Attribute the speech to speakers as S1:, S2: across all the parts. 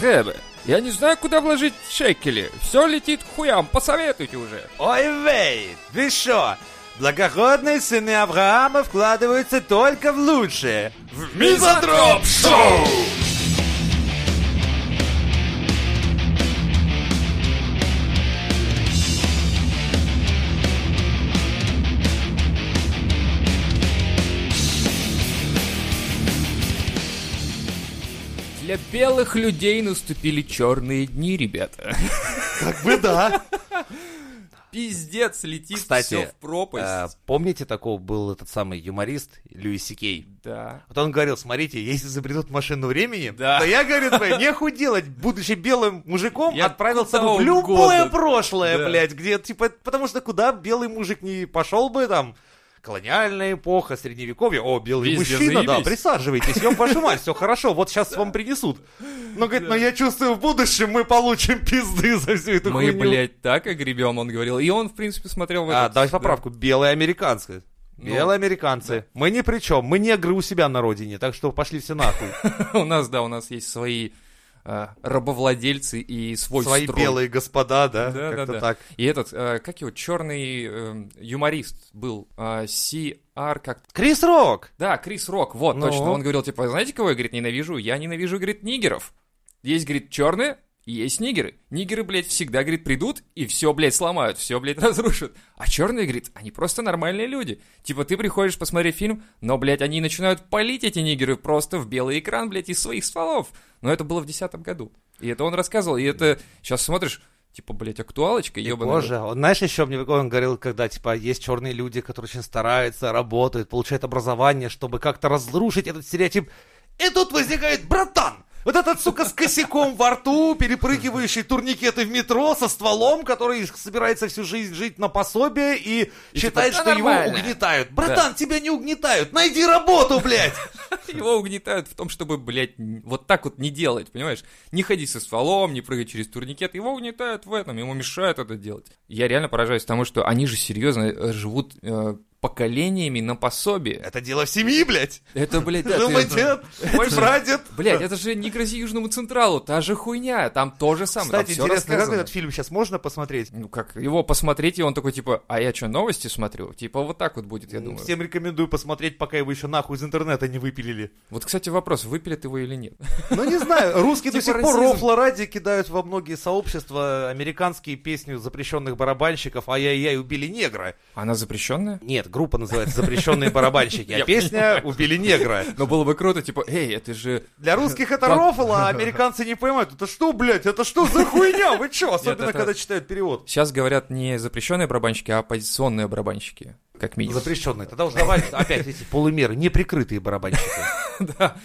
S1: Кэр, я не знаю, куда вложить шекели. Все летит к хуям, посоветуйте уже.
S2: Ой, Вейд, вы шо? Благородные сыны Авраама вкладываются только в лучшее. В
S3: Мизантроп Шоу!
S1: Для белых людей наступили черные дни, ребята.
S2: Как бы да.
S1: Пиздец, летит
S4: Кстати,
S1: все в пропасть.
S4: Э, Помните, такого был этот самый юморист Льюис
S1: э,
S4: Сикей?
S1: Да.
S4: Вот он говорил, смотрите, если изобретут машину времени,
S1: Да.
S4: то я, говорит, блядь, нехуй делать, будучи белым мужиком, а
S1: Я
S4: отправился
S1: куда
S4: бы в Ну, любое
S1: угодно.
S4: прошлое,
S1: Да.
S4: блядь, где, типа, потому что куда белый мужик не пошел бы, там, колониальная эпоха, средневековье, о, белый
S1: Везде
S4: мужчина, да,
S1: заебись.
S4: присаживайтесь, ёб вашу мать, все хорошо, вот сейчас вам принесут. Но, говорит, но я чувствую, в будущем мы получим пизды за всю эту
S1: Мы,
S4: хуйню.
S1: блядь, так огребем, он говорил. И он, в принципе, смотрел в
S4: А,
S1: этот-
S4: давай
S1: да. Ну,
S4: поправку. Белые американцы. Белые американцы. Мы ни при чем. Мы негры у себя на родине, так что пошли все нахуй.
S1: У нас, да, у нас есть свои а, рабовладельцы и свой
S4: Свои
S1: строй.
S4: белые господа, да?
S1: Да, да,
S4: Как-то
S1: да.
S4: так.
S1: И этот, э, как его, черный эм, юморист был, э, CR как
S4: Крис Рок!
S1: Да, Крис Рок, вот,
S4: Ну?
S1: точно. Он говорил, типа, знаете, кого я, говорит, ненавижу? Я ненавижу, говорит, нигеров. Есть, говорит, черные, есть нигеры. Нигеры, блядь, всегда, говорит, придут и все, блядь, сломают, все, блядь, разрушат. А черные, говорит, они просто нормальные люди. Типа, ты приходишь посмотреть фильм, но, блядь, они начинают палить эти нигеры просто в белый экран, блядь, из своих стволов. Но это было в десятом году. И это он рассказывал, и это сейчас смотришь, типа, блядь, актуалочка,
S4: И
S1: ебаная.
S4: Боже, он, знаешь, еще мне он говорил, когда, типа, есть черные люди, которые очень стараются, работают, получают образование, чтобы как-то разрушить этот стереотип. И тут возникает братан! Вот этот, сука, с косяком во рту, перепрыгивающий турникеты в метро со стволом, который собирается всю жизнь жить на пособие и,
S1: И
S4: считает,
S1: типа,
S4: что
S1: «Да
S4: его
S1: нормально».
S4: угнетают. Братан, тебя не угнетают! Найди работу, блядь!
S1: Его угнетают в том, чтобы, блядь, н- вот так вот не делать, понимаешь? Не ходить со стволом, не прыгать через турникет. Его угнетают в этом, ему мешают это делать. Я реально поражаюсь тому, что они же серьезно э, живут э, поколениями на пособие.
S4: Это дело в семьи, блядь!
S1: Это, блядь, да,
S4: Жил мой
S1: ты-
S4: дед, мой прадед.
S1: Блядь, это же не грози Южному Централу, та же хуйня, там то же самое, там
S4: Кстати,
S1: всё
S4: интересно, как
S1: рассказано.
S4: этот фильм сейчас можно посмотреть?
S1: Ну как, его посмотреть, и он такой, типа, а я что, новости смотрю? Типа вот так вот будет, я
S4: Ну,
S1: думаю.
S4: Всем рекомендую посмотреть, пока его еще нахуй из интернета не выпилили.
S1: Вот, кстати, вопрос, выпилят его или нет?
S4: Ну, не знаю, русские до
S1: Типа
S4: сих пор
S1: расизм.
S4: рофла ради кидают во многие сообщества американские песни запрещенных барабанщиков «Ай-яй-яй, убили негра».
S1: Она запрещенная?
S4: Нет, группа называется «Запрещенные барабанщики», а
S1: Я
S4: песня «Убили негра».
S1: Но было бы круто, типа, эй, это же
S4: Для русских это
S1: Да.
S4: рофл, а американцы не понимают. Это что, блядь, это что за хуйня? Вы чё? Особенно,
S1: это-
S4: когда читают перевод.
S1: Сейчас говорят не запрещенные барабанщики, а оппозиционные барабанщики, как минимум.
S4: Запрещенные. Тогда уж давай опять эти полумеры, неприкрытые барабанщики.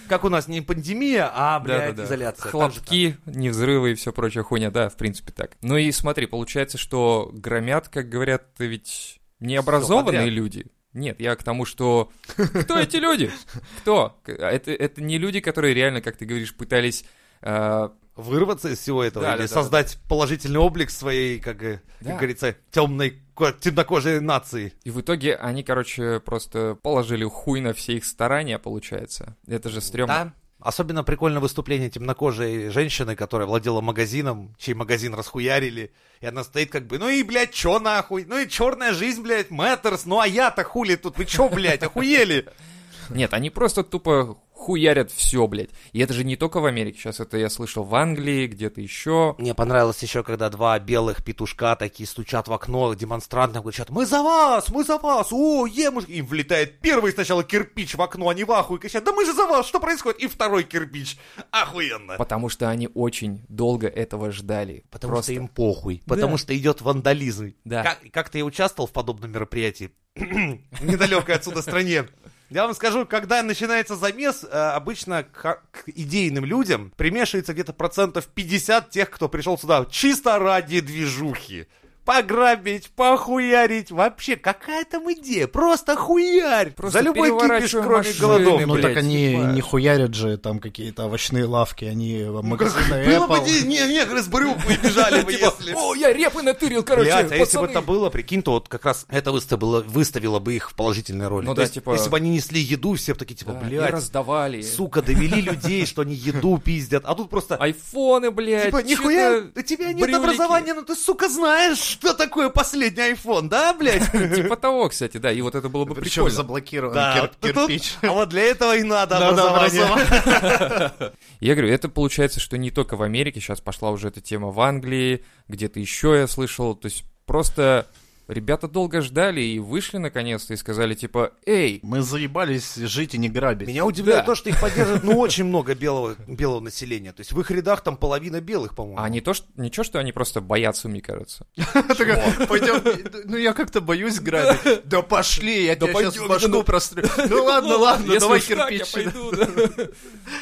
S4: Как у нас не пандемия, а, блядь,
S1: Да-да-да.
S4: изоляция. Там же так.
S1: Хлопки, не взрывы и все прочая хуйня, да, в принципе так. Ну и смотри, получается, что громят, как говорят, ведь необразованные
S4: подряд.
S1: люди. Нет, я к тому, что... Кто эти люди? Кто? К- Это, это не люди, которые реально, как ты говоришь, пытались... э,
S4: вырваться из всего этого
S1: Да,
S4: или
S1: да, да,
S4: создать положительный облик своей, как, э,
S1: Да.
S4: как говорится, темной, ко- темнокожей нации.
S1: и в итоге они, короче, просто положили хуй на все их старания, получается. Это же стрёмно.
S4: Да. Особенно прикольно выступление темнокожей женщины, которая владела магазином, чей магазин расхуярили, и она стоит как бы, ну и, блядь, чё нахуй, ну и черная жизнь, блядь, Мэттерс, ну а я-то хули тут, вы чё, блядь, охуели?
S1: Нет, они просто тупо хуярят все, блядь. И это же не только в Америке. Сейчас это я слышал в Англии, где-то еще.
S4: Мне понравилось еще, когда два белых петушка такие стучат в окно демонстрантно кричат «Мы за вас! Мы за вас! О, емушки!» Им влетает первый сначала кирпич в окно, они в ахуе кричат «Да мы же за вас! Что происходит?» И второй кирпич. Охуенно!
S1: Потому что они очень долго этого ждали.
S4: Потому
S1: Просто.
S4: что им похуй. Потому
S1: Да.
S4: что идет вандализм.
S1: Да.
S4: Как, как-то я участвовал в подобном мероприятии. В недалекой отсюда стране. Я вам скажу, когда начинается замес, э, обычно к, к идейным людям примешивается где-то процентов 50 тех, кто пришел сюда чисто ради движухи. пограбить, похуярить. Вообще, какая там идея? Просто хуярь.
S1: Просто
S4: За любой кипиш,
S1: переворачиваем
S4: кроме
S1: машины,
S4: голодовки.
S5: Ну
S1: блядь,
S5: так они
S4: типа.
S5: не хуярят же там какие-то овощные лавки, они
S4: Ну,
S5: магазины
S4: Было бы,
S5: Apple.
S4: не, не, негры с брюквой бежали бы, если...
S1: О, я репы натырил, короче,
S4: Блядь, а если
S1: пацаны.
S4: бы это было, прикинь, то вот как раз это выставило, выставило бы их в положительной роли.
S1: Ну
S4: То
S1: да,
S4: есть,
S1: типа-
S4: Если бы они несли еду, все бы такие, типа,
S1: Да, и
S4: блядь,
S1: раздавали.
S4: сука, довели людей, что они еду пиздят. А тут просто...
S1: Айфоны, блядь.
S4: Типа, нихуя,
S1: чё-то
S4: у тебя нет
S1: брюлики.
S4: образования, но ты, сука, знаешь, что такое последний айфон, да, блядь?
S1: Типа того, кстати, да, и вот это было бы
S5: Причем
S1: прикольно.
S5: заблокирован
S4: Да,
S5: кир-
S4: вот тут-
S5: кирпич.
S4: А вот для этого и надо
S5: Надо
S4: образование.
S5: образование.
S1: Я говорю, это получается, что не только в Америке, сейчас пошла уже эта тема в Англии, где-то еще я слышал, то есть просто ребята долго ждали и вышли наконец-то и сказали типа, эй,
S5: Мы заебались жить и не грабить.
S4: Меня удивляет
S1: Да.
S4: то, что их поддерживает, ну, очень много белого, белого населения. То есть в их рядах там половина белых, по-моему.
S1: а не то, что, ничего, что они просто боятся, мне кажется.
S5: Такая, Пойдем, ну я как-то боюсь грабить. Да пошли, я
S1: Да
S5: тебя сейчас
S1: пойдем, да
S5: башку
S1: ну-
S5: прострю. Ну ладно, ладно,
S1: Если
S5: давай
S1: уж так, я
S5: кирпич.
S1: пойду, да.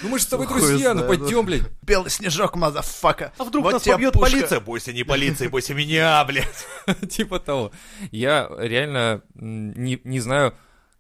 S1: Ну мы же с тобой
S5: Хуй
S1: друзья, ну
S5: знает, ну.
S1: пойдем, блядь.
S5: Белый снежок, мазафака.
S4: А вдруг
S5: Вот
S4: нас
S5: тебе
S4: побьет
S5: пушка.
S4: полиция? Бойся не полиции, бойся меня, блядь.
S1: Типа того. Я реально м, не, не знаю,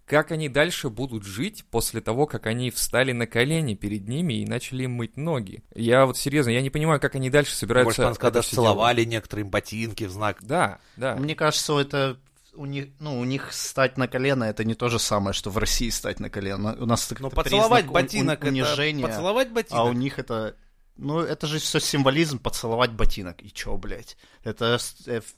S1: как они дальше будут жить после того, как они встали на колени перед ними и начали им мыть ноги. Я вот серьезно, я не понимаю, как они дальше собираются...
S4: Может, нас
S1: это
S4: когда
S1: всё
S4: целовали некоторым ботинки в знак.
S1: делать. Да, да.
S5: Мне кажется, это у них, ну, у них стать на колено это не то же самое, что в России стать на колено. У нас это
S4: Ну,
S5: как-то
S4: поцеловать
S5: признак у-
S4: ботинок
S5: у- унижения,
S4: это... Поцеловать ботинок?
S5: а у них это, ну, это же все символизм поцеловать ботинок. И чё, блядь? Это с- э, в-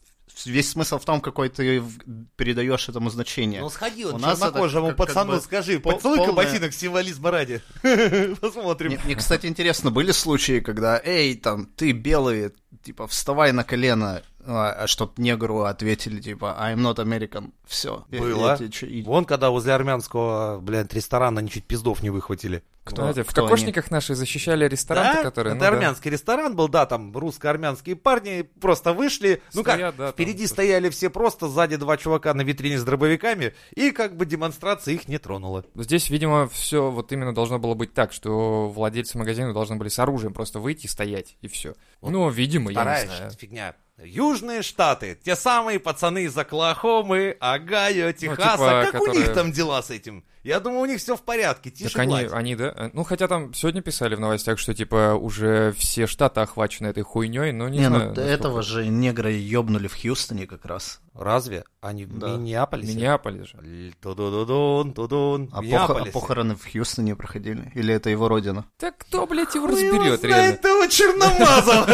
S5: весь смысл в том, какой ты в- передаешь этому значение.
S4: Ну, сходи
S5: У
S4: он
S5: нас это
S4: чернокожему
S5: как- как
S4: пацану,
S5: бы
S4: скажи,
S5: пол-
S4: поцелуй-ка
S5: полная-
S4: ботинок символизма ради. Посмотрим.
S5: Мне, мне, кстати, интересно, были случаи, когда, эй, там, ты белый, типа, вставай на колено, а, а чтоб негру ответили, типа, I'm not American, все.
S4: Было. Вон, когда возле армянского, блядь, ресторана они чуть пиздов не выхватили.
S1: Знаете, в
S5: кто они?
S1: кокошниках наши защищали рестораны, которые...
S4: Это
S1: ну да.
S4: армянский ресторан был, да, там русско-армянские парни просто вышли. ну как,
S1: Стоят, да, там
S4: впереди
S1: просто.
S4: стояли все просто, сзади два чувака на витрине с дробовиками, и как бы демонстрация их не тронула.
S1: Здесь, видимо, все вот именно должно было быть так, что владельцы магазина должны были с оружием просто выйти и стоять, и все. Ну, видимо, я
S4: Вторая
S1: не знаю.
S4: ш- фигня. Южные Штаты, те самые пацаны из Оклахомы, Агайо, Техаса.
S1: типа,
S4: как у
S1: которые-
S4: них там дела с этим? Я думаю, у них все в порядке, тише
S1: Так они,
S4: гладь.
S1: они, да? э, Ну, хотя там сегодня писали в новостях, что, типа, уже все штаты охвачены этой хуйней, но не,
S5: Не, ну,
S1: знаю.
S5: т- этого же негра ёбнули в Хьюстоне как раз.
S4: Разве? Они в
S5: Да.
S4: Миннеаполисе?
S1: Миннеаполис же.
S4: Л- ту-ду-ду-дун, ту-дун.
S5: А, пох- а
S4: Миннеаполисе.
S5: похороны в Хьюстоне проходили? Или это его родина?
S1: Так кто, блядь, его
S4: Хуй его
S1: разберет, реально?
S4: знает этого черномаза.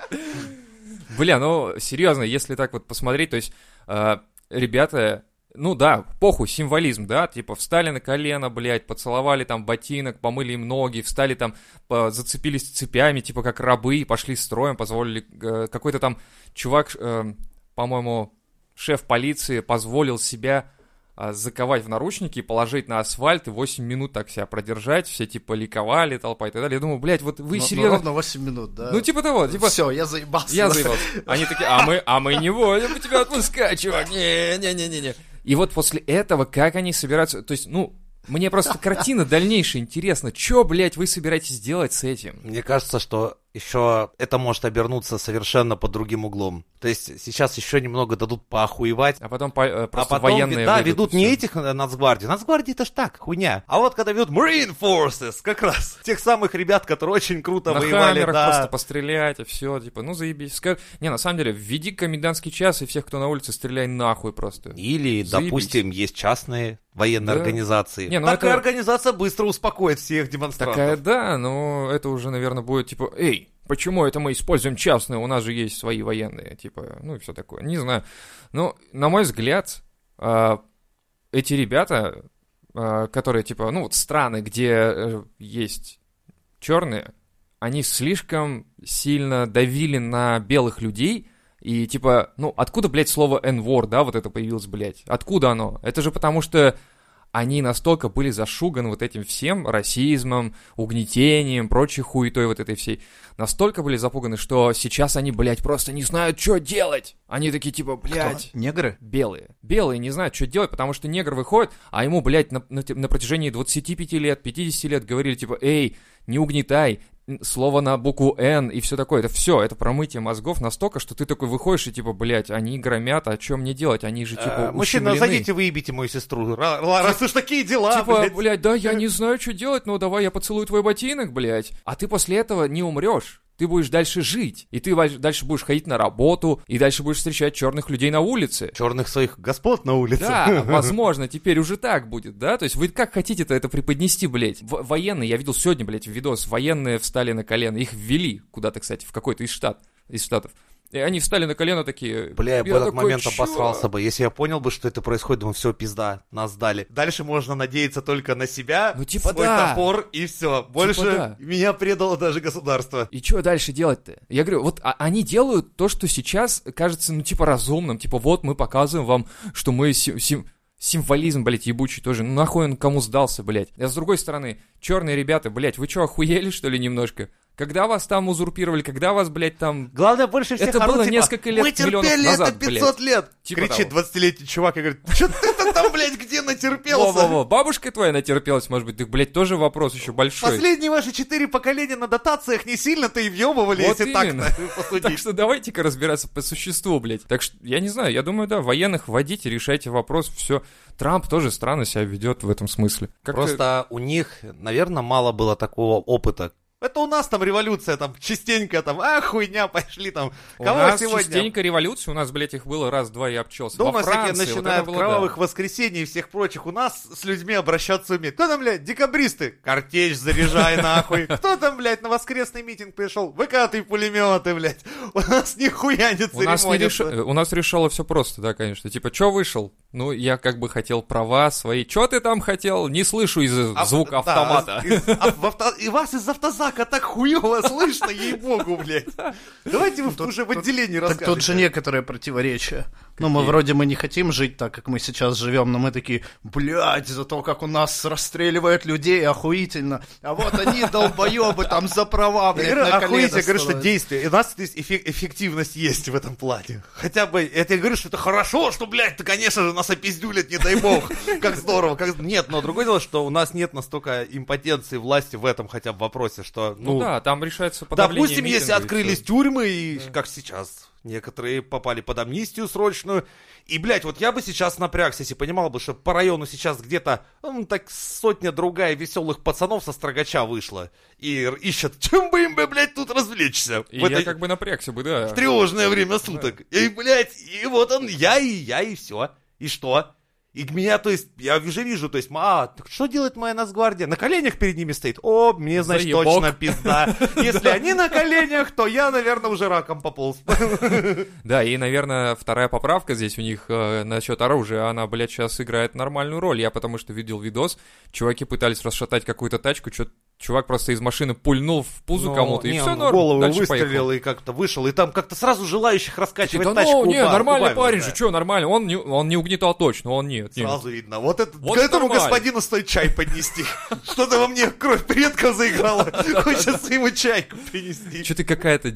S1: Бля, ну, серьезно, если так вот посмотреть, то есть, э, ребята, ну да, похуй, символизм, да, типа встали на колено, блядь, поцеловали там ботинок, помыли им ноги, встали там, по- зацепились цепями, типа как рабы, и пошли строем, позволили, э, какой-то там чувак, э, по-моему, шеф полиции позволил себя а, заковать в наручники, и положить на асфальт и 8 минут так себя продержать, все типа ликовали, толпа и так далее. Я думаю, блядь, вот вы
S5: Ну, ну,
S1: серьезно...
S5: ровно 8 минут, да.
S1: Ну, типа того, типа...
S5: Все, я заебался.
S1: Я заебался. Они такие, а мы, а мы не будем тебя отпускать, чувак. Не-не-не-не. И вот после этого, как они собираются... То есть, ну, мне просто картина дальнейшая интересна. Че, блядь, вы собираетесь делать с этим?
S4: Мне кажется, что еще это может обернуться совершенно под другим углом. То есть сейчас еще немного дадут поохуевать.
S1: А потом по- э, просто
S4: а потом,
S1: военные...
S4: да,
S1: выйдут,
S4: ведут
S1: и
S4: не
S1: всё.
S4: этих э, нацгвардии. Нацгвардии это ж так, хуйня. А вот когда ведут Marine Forces, как раз. Тех самых ребят, которые очень круто
S1: На
S4: воевали.
S1: хаммерах
S4: да.
S1: просто пострелять, и все, типа, ну заебись. Скаж- Не, на самом деле, введи комендантский час, и всех, кто на улице, стреляй нахуй просто.
S4: Или,
S1: Заебись.
S4: допустим, есть частные военные
S1: Да.
S4: организации.
S1: Не, ну
S4: Такая
S1: это-
S4: организация быстро успокоит всех демонстрантов.
S1: Такая, да, но это уже, наверное, будет типа, эй, почему это мы используем частные, у нас же есть свои военные, типа, ну и все такое, не знаю. Но, на мой взгляд, а, эти ребята, а, которые, типа, ну вот страны, где э, есть черные, они слишком сильно давили на белых людей, и типа, ну откуда, блядь, слово n да, вот это появилось, блядь? Откуда оно? Это же потому что они настолько были зашуганы вот этим всем расизмом, угнетением, прочей хуетой вот этой всей. Настолько были запуганы, что сейчас они, блядь, просто не знают, что делать. Они такие типа, блядь...
S5: Негры?
S1: Белые. Белые не знают, что делать, потому что негр выходит, а ему, блядь, на, на те- на протяжении 25 лет, 50 лет говорили, типа, эй, не угнетай, слово на букву «Н» и все такое. Это все, это промытие мозгов настолько, что ты такой выходишь и типа, блядь, они громят, а чем мне делать? Они же типа
S4: Э, Мужчина,
S1: ущемлены».
S4: зайдите, выебите мою сестру. Ра- ла- Раз уж такие дела,
S1: Типа,
S4: блядь.
S1: блядь. да, я не знаю, что делать, но давай я поцелую твой ботинок, блядь. А ты после этого не умрешь. Ты будешь дальше жить. И ты важ- дальше будешь ходить на работу, и дальше будешь встречать черных людей на улице.
S4: Черных своих господ на улице.
S1: Да, возможно, теперь уже так будет, да? То есть вы как хотите-то это преподнести, блядь? В- военные, я видел сегодня, блядь, видос, военные встали на колено, их ввели куда-то, кстати, в какой-то из штат, из штатов. И они встали на колено такие...
S4: Бля, я бы в
S1: я
S4: этот
S1: такой,
S4: момент
S1: «Чё?»
S4: обосрался бы. Если я понял бы, что это происходит, думаю, все, пизда, нас дали. Дальше можно надеяться только на себя,
S1: Ну, типа
S4: свой
S1: да. Типа
S4: топор и все. Больше
S1: да.
S4: меня предало даже государство.
S1: И что дальше делать-то? Я говорю, вот а- они делают то, что сейчас кажется, ну, типа, разумным. Типа, вот мы показываем вам, что мы сим- сим- символизм, блядь, ебучий тоже. Ну, нахуй он кому сдался, блядь. А с другой стороны, черные ребята, блядь, вы что, охуели, что ли, немножко? Когда вас там узурпировали, когда вас, блядь, там...
S4: Главное, больше всех
S1: Это
S4: орут,
S1: было
S4: типа,
S1: несколько лет,
S4: Мы
S1: миллионов
S4: терпели это
S1: назад,
S4: 500 лет.
S1: Типа
S4: Кричит
S1: того.
S4: 20-летний чувак и говорит, что ты там, блядь, где натерпелся?
S1: Во-во-во, бабушка твоя натерпелась, может быть, так, блядь, тоже вопрос еще большой.
S4: Последние ваши четыре поколения на дотациях не сильно-то и въебывали,
S1: Вот
S4: если
S1: именно.
S4: так-то посудить.
S1: Так что давайте-ка разбираться по существу, блядь. Так что, я не знаю, я думаю, да, военных вводите, решайте вопрос, все. Трамп тоже странно себя ведет в этом смысле. Как-то-
S4: Просто у них, наверное, мало было такого опыта. Это у нас там революция, там частенько там, а хуйня, пошли там.
S1: У
S4: Кого
S1: нас
S4: сегодня?
S1: частенько революция, у нас, блядь, их было раз-два и обчелся.
S4: Дома
S1: Во Франции, вот
S4: всякие
S1: это
S4: начинают
S1: было, да.
S4: кровавых воскресений и всех прочих. У нас с людьми обращаться умеют. Кто там, блядь, декабристы? Картечь заряжай нахуй. Кто там, блядь, на воскресный митинг пришел? Выкатывай пулеметы, блядь. У нас нихуя не
S1: У нас, не реш-
S4: церемонится.
S1: э, у нас решало все просто, да, конечно. Типа, чё вышел? Ну, я как бы хотел права свои. Чё ты там хотел? Не слышу из
S4: А,
S1: звука
S4: да,
S1: автомата.
S4: из- а, в авто- И вас из автозака так хуево слышно, ей-богу, блядь. Давайте вы уже в отделении
S5: Так
S4: расскажете.
S5: тут же некоторые противоречия. Ну, мы вроде мы не хотим жить так, как мы сейчас живем, но мы такие, блядь, за то, как у нас расстреливают людей, охуительно. А вот они, долбоебы, там за права,
S4: Я
S5: блядь,
S4: говорю,
S5: на
S4: охуеть,
S5: колено
S4: я говорю, что
S5: становятся».
S4: действие. И у нас то есть, эффе- эффективность есть в этом плане. Хотя бы, это я говорю, что это хорошо, что, блядь, ты, конечно же, нас опиздюлят, не дай бог. Как здорово. Как... Нет, но другое дело, что у нас нет настолько импотенции власти в этом хотя бы вопросе, что, ну...
S1: Ну да, там решается подавление
S4: допустим, если
S1: митинга и
S4: открылись
S1: всё.
S4: тюрьмы, и как сейчас, некоторые попали под амнистию срочную. И, блядь, вот я бы сейчас напрягся, если понимал бы, что по району сейчас где-то м, так сотня другая веселых пацанов со строгача вышла. И р- ищет, чем бы им, бы, блядь, тут развлечься.
S1: И
S4: в это
S1: я как бы напрягся бы, да.
S4: тревожное время суток. И, блядь, и вот он, я, и я, и все. И что? И к меня, то есть, я уже вижу, то есть, а, так что делает моя Насгвардия? На коленях перед ними стоит. О, мне, значит,
S1: Заебок.
S4: точно пизда. Если они на коленях, то я, наверное, уже раком пополз.
S1: Да, и, наверное, вторая поправка здесь у них э, насчет оружия, она, блядь, сейчас играет нормальную роль. Я потому что видел видос, чуваки пытались расшатать какую-то тачку, чё- чувак просто из машины пульнул в пузо Ну, кому-то, и
S4: Ну, Не,
S1: все
S4: он в
S1: норм,
S4: голову
S1: дальше
S4: выстрелил
S1: поехал.
S4: и как-то вышел, и там как-то сразу желающих
S1: Такие,
S4: раскачивать
S1: Да ну,
S4: тачку
S1: не,
S4: уба-
S1: нормальный
S4: убавилось,
S1: парень
S4: да.
S1: же, что, нормально, он не, он не угнетал точно, он нет. нет.
S4: Сразу видно. Вот, это,
S1: Вот
S4: к этому
S1: нормально.
S4: господину стоит чай поднести. Что-то во мне кровь предков заиграла. Хочется ему чайку принести.
S1: Что-то какая-то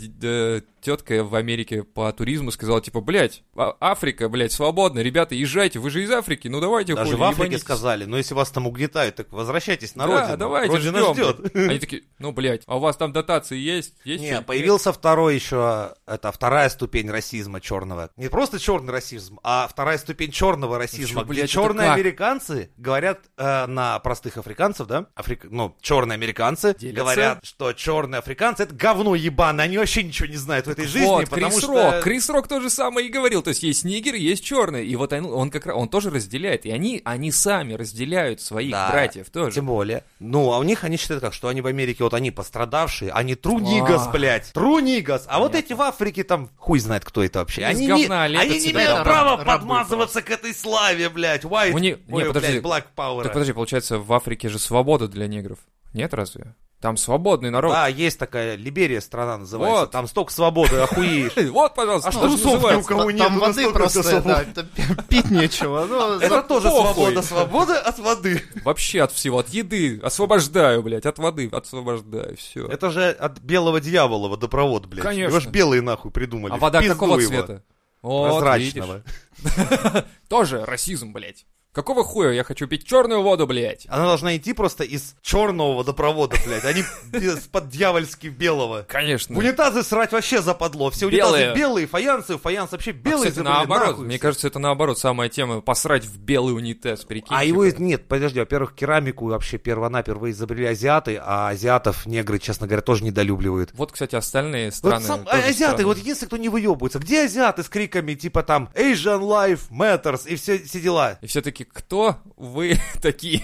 S1: тетка в Америке по туризму сказала, типа, блядь, а- Африка, блядь, свободна, ребята, езжайте, вы же из Африки, ну давайте
S4: Даже
S1: хули,
S4: в Африке
S1: ебанитесь».
S4: сказали, ну если вас там угнетают, так возвращайтесь на
S1: Да,
S4: родину.
S1: давайте,
S4: Родина
S1: ждём.
S4: ждет.
S1: Они такие, ну, блядь, а у вас там дотации есть? есть
S4: Не,
S1: что-нибудь?
S4: появился второй еще, это вторая ступень расизма черного. Не просто черный расизм, а вторая ступень черного расизма,
S1: чё,
S4: где
S1: блядь, это
S4: черные
S1: как?
S4: американцы говорят э, на простых африканцев, да? Африк... Ну, черные американцы
S1: Делятся.
S4: говорят, что черные африканцы это говно ебаное, они вообще ничего не знают в этой жизни,
S1: вот,
S4: потому
S1: Крис
S4: что...
S1: Рок. Крис Рок то же самое и говорил. То есть есть нигеры, есть черные. И вот он, он как раз, он тоже разделяет. И они, они сами разделяют своих
S4: Да.
S1: братьев тоже.
S4: Тем более. Ну, а у них они считают как, что они в Америке, вот они пострадавшие, они трунигас,
S1: А.
S4: блядь, трунигас. А вот эти в Африке там, хуй знает, кто это вообще.
S1: Из
S4: Они, не,
S1: говна лепят
S4: они не
S1: себя,
S4: имеют
S1: да,
S4: права
S5: рабы
S4: подмазываться к этой славе, блядь. White,
S1: У них- не,
S4: ой,
S1: подожди.
S4: блядь, Black Power.
S1: Так подожди, получается, в Африке же свобода для негров. Нет разве? Там свободный народ.
S4: Да, есть такая Либерия страна называется,
S1: Вот.
S4: там столько свободы, охуеешь.
S1: Эй, Вот, пожалуйста,
S4: А
S1: что
S4: что трусов ни у
S1: называется.
S4: кого нет?
S5: Там воды просто, да, там пить нечего. Ну,
S4: Это
S5: за-
S4: тоже
S1: похуй.
S4: свобода, свобода от воды.
S1: Вообще от всего, от еды. Освобождаю, блядь, от воды освобождаю, все.
S4: Это же от белого дьявола водопровод, блядь.
S1: Конечно.
S4: Его ж белые нахуй придумали.
S1: А вода
S4: В пизду
S1: какого
S4: его.
S1: цвета? Вот, видишь.
S4: Прозрачного.
S1: Тоже расизм, блядь. Какого хуя я хочу пить черную воду, блядь?
S4: Она должна идти просто из черного водопровода, блядь, а не из-под дьявольски белого. В
S1: Конечно.
S4: унитазы срать вообще западло. Все унитазы
S1: Белые. А,
S4: белые, фаянсы, фаянс вообще белый.
S1: Кстати, наоборот, мне кажется, это наоборот самая тема. Посрать в белый унитаз, прикинь.
S4: А его из- нет, подожди, во-первых, керамику вообще первонаперво изобрели азиаты, а азиатов негры, честно говоря, тоже недолюбливают.
S1: Вот, кстати, остальные
S4: Вот
S1: страны.
S4: сам-
S1: тоже
S4: а- азиаты,
S1: странные.
S4: вот единственное, кто не выебывается. Где азиаты с криками типа там Asian Life Matters и все, все дела?
S1: И все таки кто вы такие?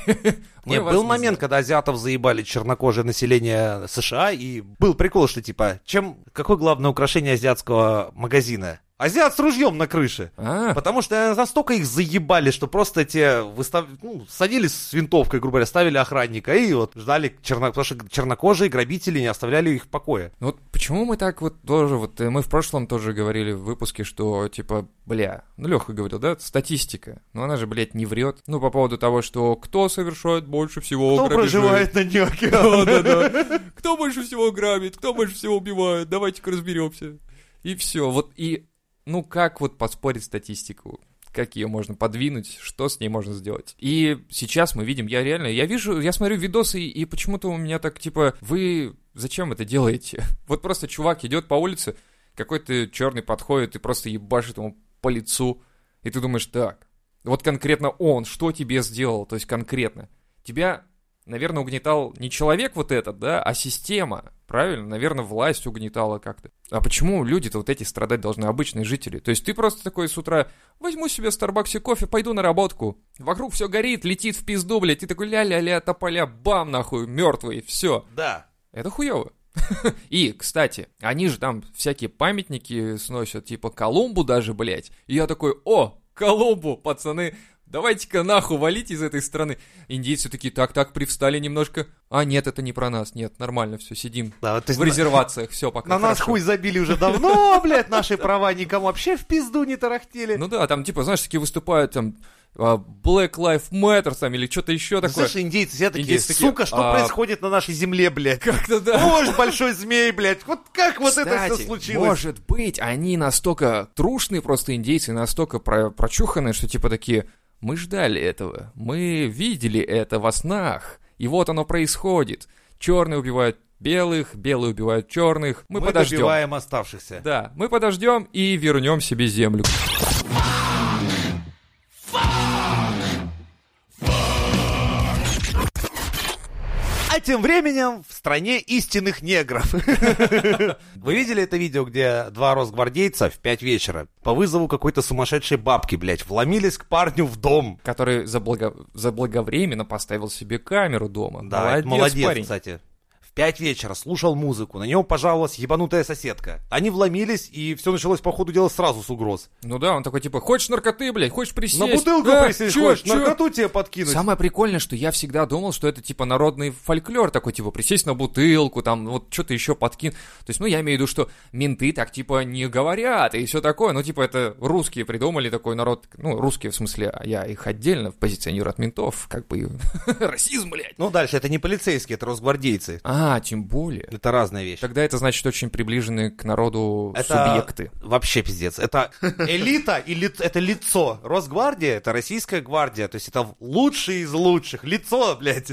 S1: Мы
S4: Нет,
S1: вас
S4: был
S1: не
S4: момент, когда азиатов заебали чернокожее население США, и был прикол, что типа, чем, какое главное украшение азиатского магазина? Азиат с ружьем на крыше.
S1: знаем. А,
S4: Потому что настолько их заебали, что просто те выстав... ну, садились с винтовкой, грубо говоря, ставили охранника и вот ждали, черно... потому что чернокожие грабители не оставляли их в покое.
S1: ну вот почему мы так вот тоже, вот э, мы в прошлом тоже говорили в выпуске, что, типа, бля, ну Леха говорил, да, статистика, но она же, блядь, не врет. Ну, по поводу того, что кто совершает больше всего
S4: Кто
S1: грабежей.
S4: проживает на нью
S1: Да-да-да. Кто больше всего грабит, кто больше всего убивает, давайте-ка разберемся. И все. Вот и, ну как вот поспорить статистику? Как ее можно подвинуть, что с ней можно сделать? И сейчас мы видим, я реально, я вижу, я смотрю видосы, и, и почему-то у меня так типа, вы зачем это делаете? Вот просто чувак идет по улице, какой-то черный подходит и просто ебашит ему по лицу, и ты думаешь, так, вот конкретно он, что тебе сделал, то есть конкретно. Тебя наверное, угнетал не человек вот этот, да, а система, правильно? Наверное, власть угнетала как-то. А почему люди-то вот эти страдать должны, обычные жители? То есть ты просто такой с утра, возьму себе в Старбаксе кофе, пойду на работку. Вокруг все горит, летит в пизду, блядь, ты такой ля-ля-ля, тополя, бам, нахуй, мертвый, все.
S4: Да.
S1: Это хуево. И, кстати, они же там всякие памятники сносят, типа Колумбу даже, блядь. И я такой, о, Колумбу, пацаны, давайте-ка нахуй валить из этой страны. Индейцы такие, так-так, привстали немножко. А, нет, это не про нас, нет, нормально, все, сидим.
S4: Да, вот, то есть
S1: В резервациях, все, пока.
S4: На нас
S1: хорошо».
S4: хуй забили уже давно, блядь, наши права никому вообще в пизду не тарахтели.
S1: Ну да, там, типа, знаешь, такие выступают там а, Black Life Matter там или что-то еще
S4: Ну,
S1: такое.
S4: Слышь, индейцы все такие,
S1: Индейцы такие,
S4: сука, что
S1: а-
S4: происходит на нашей земле, блядь?
S1: Как-то да.
S4: Боже, большой змей, блядь, вот как вот это
S1: Кстати,
S4: все случилось?
S1: Может быть, они настолько трушные просто индейцы, настолько про- прочуханные, что типа такие, мы ждали этого, мы видели это во снах, и вот оно происходит. Черные убивают белых, белые убивают черных, мы,
S4: Мы
S1: подождем.
S4: добиваем оставшихся.
S1: Да, мы подождем и вернем себе землю.
S4: А тем временем в стране истинных негров. Вы видели это видео, где два росгвардейца в 5 вечера по вызову какой-то сумасшедшей бабки, блядь, вломились к парню в дом?
S1: Который заблаго- заблаговременно поставил себе камеру дома.
S4: Да, это
S1: молодец,
S4: молодец,
S1: парень.
S4: кстати. В пять вечера слушал музыку, на него пожаловалась ебанутая соседка. Они вломились, и все началось, по ходу дела, сразу с угроз.
S1: Ну да, он такой типа, хочешь наркоты, блядь, хочешь присесть?
S4: На бутылку
S1: Да,
S4: присесть
S1: чё,
S4: хочешь,
S1: чё?»
S4: наркоту тебе подкинуть.
S1: Самое прикольное, что я всегда думал, что это типа народный фольклор такой, типа присесть на бутылку, там вот что-то еще подкин. То есть, ну, я имею в виду, что менты так типа не говорят и все такое. Ну, типа это русские придумали такой народ, ну, русские в смысле, а я их отдельно позиционирую от ментов, как бы расизм, блядь.
S4: Ну дальше, это не полицейские, это росгвардейцы.
S1: А, тем более.
S4: Это разная вещь.
S1: Тогда это значит очень приближенные к народу
S4: Это
S1: субъекты.
S4: Вообще пиздец. Это элита и ли- это лицо. Росгвардия, это российская гвардия. То есть это лучший из лучших. Лицо, блядь.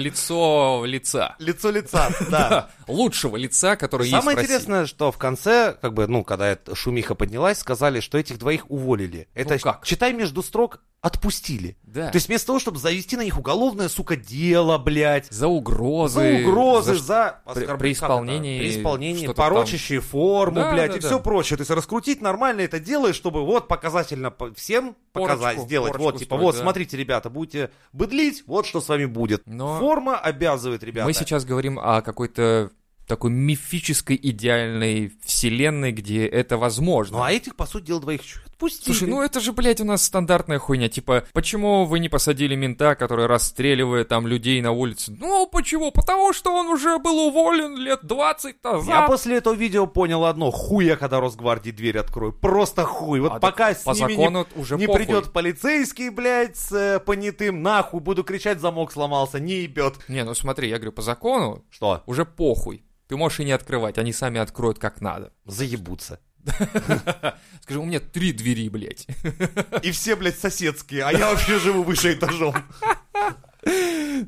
S1: Лицо лица.
S4: Лицо лица, да.
S1: Лучшего лица, который есть в
S4: Самое
S1: России.
S4: интересное, что в конце, как бы, ну, когда эта шумиха поднялась, сказали, что этих двоих уволили. Это,
S1: Ну, как?
S4: читай между строк, отпустили.
S1: Да.
S4: То есть вместо того, чтобы завести на них уголовное, сука, дело, блядь,
S1: За угрозы.
S4: за угрозы,
S1: за
S4: за,
S1: при-
S4: оскорб-
S1: при
S4: как это?
S1: исполнении
S4: при исполнении
S1: что-то
S4: порочащие форму,
S1: Да,
S4: блядь,
S1: да,
S4: и
S1: да.
S4: все прочее. То есть раскрутить нормально это дело, и чтобы вот показательно по- всем
S1: Порочку,
S4: показать, сделать.
S1: порочку
S4: вот, типа,
S1: устроить,
S4: вот,
S1: да.
S4: смотрите, ребята, будете быдлить, вот что с вами будет.
S1: Но-
S4: Форма обязывает, ребята.
S1: Мы сейчас говорим о какой-то такой мифической идеальной вселенной, где это возможно.
S4: Ну, а этих, по сути дела, двоих чё, отпустили.
S1: Слушай, ну это же, блядь, у нас стандартная хуйня. Типа, почему вы не посадили мента, который расстреливает там людей на улице? Ну, почему? Потому что он уже был уволен лет 20 назад.
S4: Я после этого видео понял одно. Хуй я когда Росгвардии дверь открою. Просто хуй. Вот
S1: А
S4: пока
S1: так
S4: с
S1: по
S4: ними не-
S1: закону уже
S4: не,
S1: похуй.
S4: придет полицейский, блядь, с э, понятым, нахуй буду кричать, замок сломался, не ебет.
S1: Не, ну смотри, я говорю, по закону
S4: Что?
S1: уже похуй. Ты можешь и не открывать, они сами откроют как надо.
S4: Заебутся.
S1: Скажи, у меня три двери, блядь.
S2: И все, блядь, соседские, а я вообще живу выше этажом.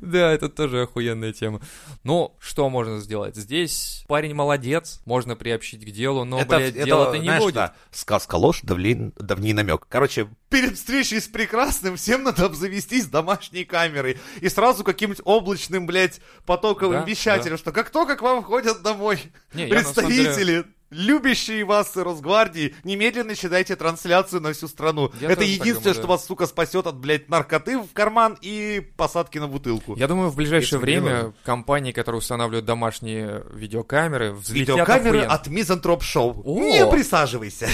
S1: Да, это тоже охуенная тема. Ну, что можно сделать? Здесь парень молодец, можно приобщить к делу, но, Ну, блядь, дело-то не
S4: знаешь,
S1: будет.
S4: да, сказка ложь, давней, давней намек. Короче,
S2: Перед встречей с прекрасным всем надо обзавестись домашней камерой и сразу каким-нибудь облачным, блядь, потоковым
S1: Да,
S2: вещателем, что как только к вам входят домой
S1: Не, я на самом деле-
S2: представители, любящие вас и Росгвардии, немедленно считайте трансляцию на всю страну.
S1: Я
S2: Это
S1: тоже так
S2: единственное,
S1: думаю,
S2: что
S1: да.
S2: вас, сука, спасет от, блядь, наркоты в карман и посадки на бутылку.
S1: Я думаю, в
S2: Если
S1: ближайшее время
S2: дело.
S1: компании, которые устанавливают домашние видеокамеры, взлетят
S2: Видеокамеры
S4: А
S1: охуенно.
S2: от Мизантроп Шоу.
S1: О!
S2: Не присаживайся.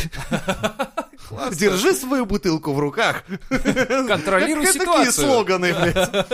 S2: Держи свою бутылку в руках.
S1: Контролируй
S2: Как- Такие
S1: ситуацию.
S2: слоганы, блядь.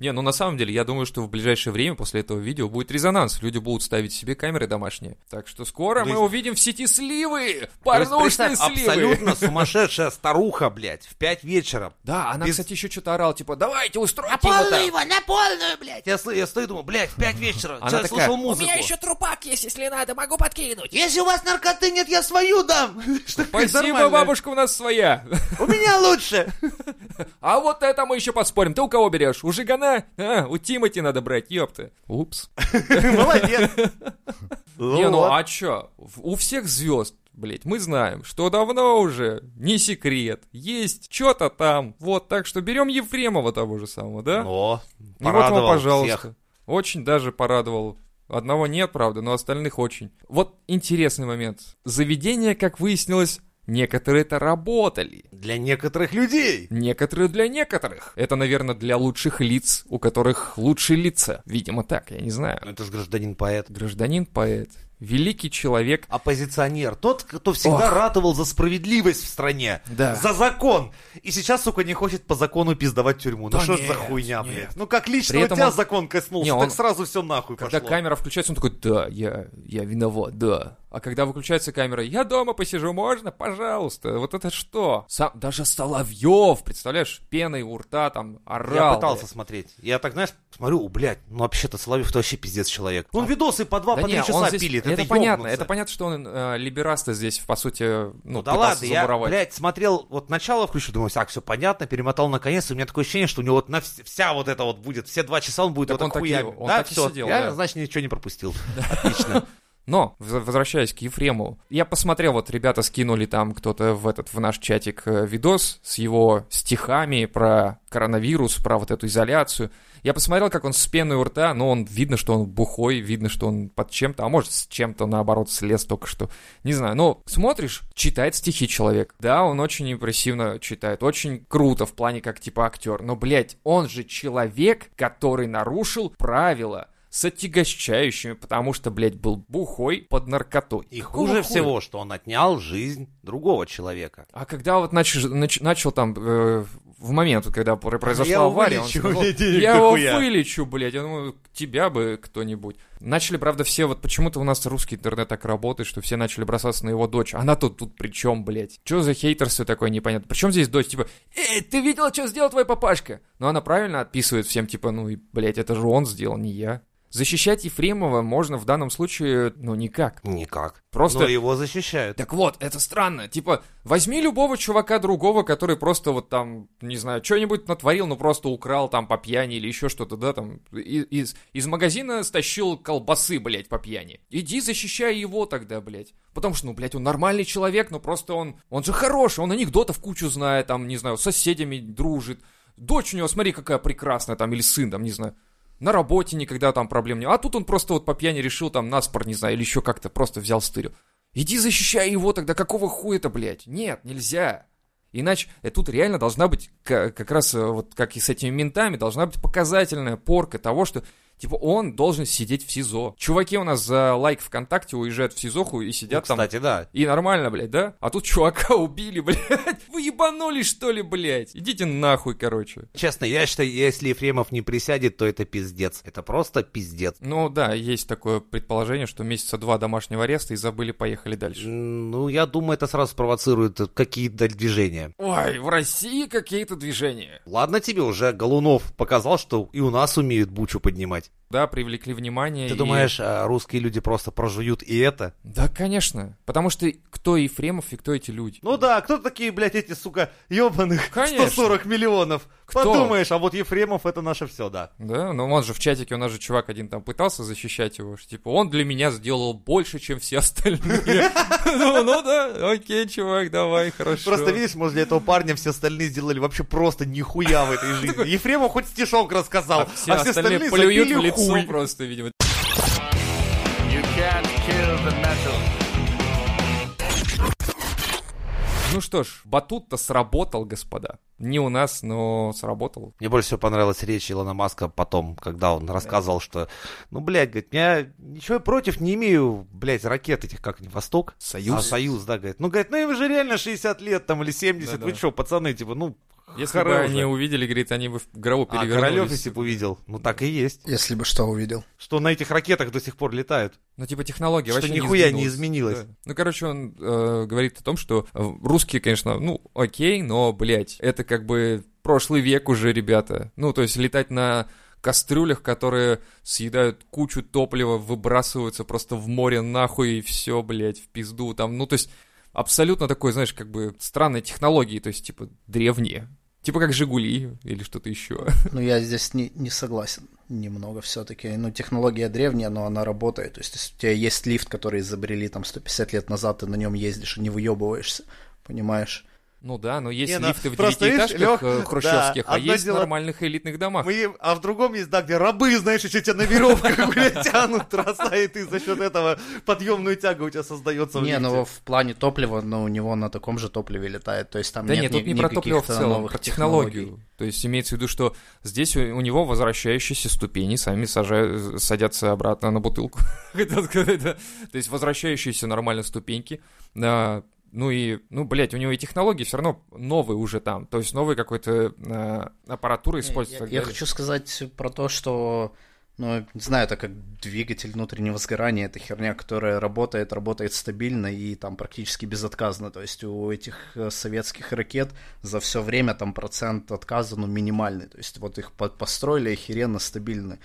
S1: Не, ну на самом деле, я думаю, что в ближайшее время после этого видео будет резонанс. Люди будут ставить себе камеры домашние. Так что скоро мы увидим в сети сливы.
S4: то есть,
S1: Порнушные
S4: представь,
S1: сливы.
S4: абсолютно сумасшедшая старуха, блядь, в 5 вечера.
S1: Да, она,
S4: Без-
S1: кстати, еще что-то орала, типа, давайте устройте его там.
S4: на полную, блядь. Я, сл- я стою и думаю, блядь, в 5 вечера.
S1: Она
S4: Сейчас я
S1: такая,
S4: слушал музыку.
S1: трупак есть, если надо, могу подкинуть.
S4: Если у вас наркоты нет, я свою дам. Что такое
S1: Спасибо,
S4: нормальное?
S1: бабушка у нас своя.
S4: У меня лучше.
S1: А вот это мы еще поспорим. Ты у кого берешь? У Жигана? А, у Тимати надо брать, ёпты. Упс.
S2: Молодец.
S1: Не, ну
S2: Вот.
S1: а чё? В- У всех звезд, блядь, мы знаем, что давно уже, не секрет, есть чё то там. Вот, так что берем Ефремова того же самого, да?
S4: О,
S1: И а? вот вам, пожалуйста.
S4: Ну, всех.
S1: Очень даже порадовал. Одного нет, правда, но остальных очень. Вот интересный момент. Заведения, как выяснилось, некоторые-то работали.
S4: Для некоторых людей.
S1: Некоторые для некоторых. Это, наверное, для лучших лиц, у которых лучшие лица. Видимо, так, я не
S4: Ну,
S1: знаю.
S4: Это же гражданин-поэт.
S1: Гражданин-поэт, великий человек.
S4: Оппозиционер. Тот, кто всегда
S1: Ох.
S4: ратовал за справедливость в стране.
S1: Да.
S4: За закон. И сейчас, сука, не хочет по закону пиздавать тюрьму. Ну
S1: Да
S4: что ж за
S1: нет,
S4: хуйня,
S1: нет.
S4: блядь? Ну как лично
S1: При
S4: у
S1: этом
S4: тебя
S1: он-
S4: закон коснулся,
S1: Не, он-
S4: так сразу все нахуй
S1: Когда
S4: пошло.
S1: камера включается, он такой, да, я, я виноват, да. А когда выключается камера, я дома посижу, можно? Пожалуйста. Вот это что? Сам, даже Соловьев, представляешь, пеной у рта там орал.
S4: Я пытался
S1: блядь.
S4: смотреть. Я так, знаешь, смотрю, «О, блядь, ну вообще-то Соловьев то вообще пиздец человек. Он видосы по два,
S1: А. Да
S4: по
S1: не,
S4: три
S1: он
S4: часа
S1: здесь-
S4: пилит.
S1: это,
S4: Это,
S1: понятно,
S4: ёбнуться.
S1: это понятно, что он э, либераста здесь, по сути, ну,
S4: Ну да
S1: пытался
S4: ладно, я,
S1: замуровать.
S4: блядь, смотрел, вот начало включу, думаю, так, все понятно, перемотал наконец, и у меня такое ощущение, что у него вот на вс- вся вот это вот будет, все два часа он будет
S1: Так
S4: вот так
S1: он так и-
S4: хуями.
S1: он
S4: да,
S1: так и
S4: всё,
S1: сидел,
S4: я,
S1: да.
S4: значит, ничего не пропустил. Отлично.
S1: Но, в- возвращаясь к Ефрему, я посмотрел, вот ребята скинули там кто-то в этот, в наш чатик э, видос с его стихами про коронавирус, про вот эту изоляцию. Я посмотрел, как он с пеной у рта, но он, видно, что он бухой, видно, что он под чем-то, а может, с чем-то, наоборот, слез только что. Не знаю, но смотришь, читает стихи человек. Да, он очень импрессивно читает, очень круто в плане как, типа, актер. Но, блядь, он же человек, который нарушил правила с отягощающими, потому что, блядь, был бухой под наркотой.
S4: И
S1: Какого хуя?
S4: хуже всего, что он отнял жизнь другого человека.
S1: А когда вот нач- нач- начал там, э, в момент, вот когда пр- произошла
S2: Я его
S1: авария,
S2: вылечу,
S1: он сказал,
S2: у меня денег
S1: я его
S2: дохуя».
S1: вылечу, блядь, я думаю, тебя бы кто-нибудь. Начали, правда, все, вот почему-то у нас русский интернет так работает, что все начали бросаться на его дочь. Она тут, тут при чем, блядь? Че за хейтерство такое непонятно? Причем здесь дочь, типа, «Эй, ты видела, что сделал твой папашка? Но она правильно отписывает всем, типа, ну и, блядь, это же он сделал, не я. Защищать Ефремова можно в данном случае, ну, никак.
S4: Никак.
S1: Просто
S2: Ну,
S4: Но его защищают.
S1: так вот, это странно. Типа, возьми любого чувака другого, который просто вот там, не знаю, что-нибудь натворил, ну просто украл там по пьяни или еще что-то, да, там, и- из, из магазина стащил колбасы, блядь, по пьяни. Иди защищай его тогда, блядь. Потому что, ну, блядь, он нормальный человек, но просто он, он же хороший, он анекдотов кучу знает, там, не знаю, с соседями дружит. Дочь у него, смотри, какая прекрасная, там, или сын, там, не знаю. На работе никогда там проблем не... А тут он просто вот по пьяни решил там наспор, не знаю, или еще как-то просто взял стырил. Иди защищай его тогда, какого хуя-то, блядь? Нет, нельзя. Иначе э, тут реально должна быть, ка- как раз э, вот как и с этими ментами, должна быть показательная порка того, что типа он должен сидеть в СИЗО. Чуваки у нас за лайк ВКонтакте уезжают в СИЗОху и
S4: Ну,
S1: сидят там
S4: Кстати, да.
S1: и нормально, блядь, да? А тут чувака убили, блядь. Вы ебанулись, что ли, блядь? Идите нахуй, короче.
S4: Честно, я считаю, если Ефремов не присядет, то это пиздец. Это просто пиздец.
S1: Ну да, есть такое предположение, что месяца два домашнего ареста и забыли, поехали дальше.
S4: М, Ну, я думаю, это сразу спровоцирует какие-то движения.
S1: Ой, в России какие-то движения.
S4: Ладно тебе уже, Голунов показал, что и у нас умеют бучу поднимать.
S1: да, привлекли внимание.
S4: Ты
S1: и-
S4: думаешь, а, русские люди просто прожуют и это?
S1: Да, конечно. Потому что кто Ефремов и кто эти люди?
S4: Ну да, кто такие, блядь, эти, сука, ебаных
S1: Конечно.
S4: 140 миллионов?
S1: Кто?
S4: Подумаешь, а вот Ефремов это наше все, да.
S1: Да, ну он же в чатике, у нас же чувак один там пытался защищать его, что типа он для меня сделал больше, чем все остальные. Ну ну да, окей, чувак, давай, хорошо.
S4: Просто видишь, может, для этого парня все остальные сделали вообще просто нихуя в этой жизни. Ефремов хоть стишок рассказал,
S1: а
S4: а
S1: все остальные плюют в
S4: забили
S1: лицо
S4: хуй.
S1: просто, видимо.
S3: You can't kill the metal.
S1: Ну что ж, батут-то сработал, господа. Не у нас, но сработал.
S4: Мне больше всего понравилась речь Илона Маска потом, когда он рассказывал, что, ну, блядь, говорит, я ничего против не имею, блядь, ракет этих, как они, Восток?
S1: Союз.
S4: А, Союз, да, говорит. Ну, говорит, ну им же реально 60 лет там или 70,
S1: Да-да.
S4: вы что, пацаны, типа, ну,
S1: Если
S4: хара
S1: бы
S4: уже.
S1: они увидели, говорит, они бы в гробу
S4: А Королев,
S1: перевернулись.
S4: если бы увидел, ну так и есть.
S5: Если бы что увидел.
S4: Что на этих ракетах до сих пор летают.
S1: Ну, типа технология
S4: Что
S1: вообще
S4: нихуя
S1: не,
S4: не
S1: сдвинулась.
S4: изменилось.
S1: Да. Ну, короче, он э, говорит о том, что э, русские, конечно, ну, окей, но, блядь, это как бы прошлый век уже, ребята. Ну, то есть летать на кастрюлях, которые съедают кучу топлива, выбрасываются просто в море нахуй и все, блядь, в пизду там. Ну, то есть абсолютно такой, знаешь, как бы странные технологии, то есть типа древние. Типа как «Жигули» или что-то еще.
S5: Ну, я здесь не, не согласен немного все-таки. Ну, технология древняя, но она работает. То есть, если у тебя есть лифт, который изобрели там 150 лет назад, ты на нем ездишь и не выебываешься, понимаешь?
S1: Ну да, но есть
S4: Не, ну,
S1: лифты в
S4: просто, видишь,
S1: девятиэтажках
S4: Лёх,
S1: э, хрущевских,
S4: да,
S1: а
S4: одно
S1: есть в
S4: дело-
S1: нормальных элитных домах.
S4: Мы, а в другом есть, да, где рабы, знаешь, еще тебя на веревках, блядь, тянут, трасса, и ты за счет этого подъемную тягу у тебя создается в
S5: не,
S4: лифте.
S5: ну в плане топлива, но у него на таком же топливе летает. То есть там
S1: Да
S5: нет,
S1: нет, тут
S5: ни-
S1: не про
S5: никаких,
S1: топливо в
S5: э,
S1: целом, а
S5: новых
S1: про технологию.
S5: технологий.
S1: То есть имеется в виду, что здесь у, у него возвращающиеся ступени сами сажа- садятся обратно на бутылку. Хотел сказать, да. То есть возвращающиеся нормально ступеньки. Да, ну и, ну, блядь, у него и технологии все равно новые уже там. То есть новые какой-то э, аппаратуры
S5: Я-
S1: используются. и так
S5: Я,
S1: далее.
S5: хочу сказать про то, что, ну, не знаю, так как двигатель внутреннего сгорания, это херня, которая работает, работает стабильно и там практически безотказно. То есть у этих э, советских ракет за все время там процент отказа, ну, минимальный. То есть вот их по- построили охеренно стабильно.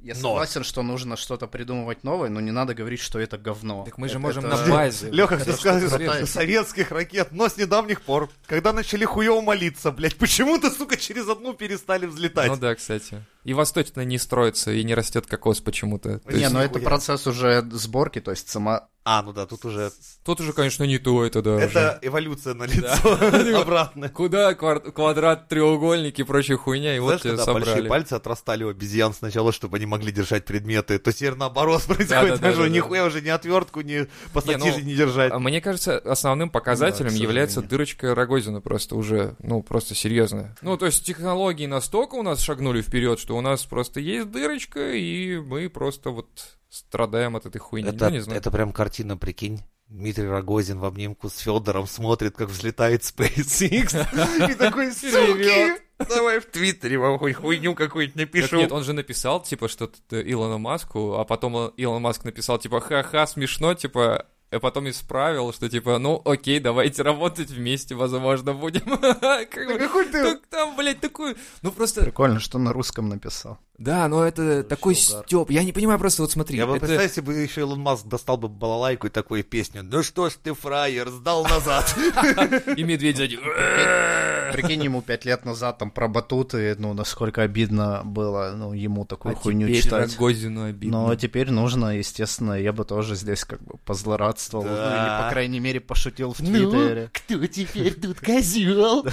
S5: Я
S4: Но.
S5: согласен, что нужно что-то придумывать новое, но не надо говорить, что это говно.
S1: Так мы же
S5: Это-
S1: можем
S5: это-
S1: на базе.
S4: Леха,
S5: Это
S4: ты
S5: что,
S4: сказал,
S5: крутая?
S4: советских ракет, но с недавних пор, когда начали хуево молиться, блядь, почему-то, сука, через одну перестали взлетать.
S1: Ну да, кстати. И восточно не строится, и не растет кокос почему-то. То
S5: Не, ну
S1: есть
S5: но это
S4: Нихуя.
S5: процесс уже сборки, то есть сама...
S4: А, ну да, тут уже...
S1: Тут уже, конечно, не то это, да. уже.
S4: Это эволюция на лицо обратно.
S1: Куда квар- квадрат, треугольник и прочая хуйня, и вот
S4: Знаешь,
S1: тебя
S4: когда большие
S1: собрали.
S4: пальцы отрастали у обезьян сначала, чтобы они могли держать предметы, то теперь наоборот происходит,
S1: Да-да-да-да-да.
S4: даже нихуя уже ни отвертку, ни пассатижи
S1: ну,
S4: не держать.
S1: А Мне кажется, основным показателем
S5: Да, к сожалению.
S1: является дырочка Рогозина просто уже, ну, просто серьезная. Ну, то есть технологии настолько у нас шагнули вперед, что у нас просто есть дырочка, и мы просто вот страдаем от этой хуйни.
S4: Это,
S1: ну, не знаю.
S4: это прям картина, прикинь. Дмитрий Рогозин в обнимку с Федором смотрит, как взлетает SpaceX. И такой, суки,
S1: Ревёт.
S4: давай в Твиттере вам хуй- хуйню какую-нибудь
S1: Так нет,
S4: напишу.
S1: он же написал, типа, что-то Илону Маску, а потом он- Илон Маск написал, типа, ха-ха, смешно, типа, а потом исправил, что типа, ну окей, давайте работать вместе, возможно, будем. Как бы,
S4: Какой ты...
S1: так там, блядь, такую... Ну просто
S5: Прикольно, что на русском написал.
S1: Да, но это такой
S5: угар.
S1: стёб. Я не понимаю, просто вот смотри.
S4: Я бы
S1: это-
S4: представил, если бы еще Илон Маск достал бы балалайку и такую песню. Ну что ж ты, фраер, сдал назад.
S1: И медведь сзади.
S5: Прикинь, ему пять лет назад там про батуты, ну, насколько обидно было ну, ему такую
S1: А
S5: хуйню
S1: теперь
S5: читать.
S1: Рогозину обидно.
S5: Но теперь нужно, естественно, я бы тоже здесь как бы позлорадствовал, ну,
S4: Да.
S5: или, по крайней мере, пошутил
S1: Ну.
S5: в Твиттере.
S4: кто теперь тут козел?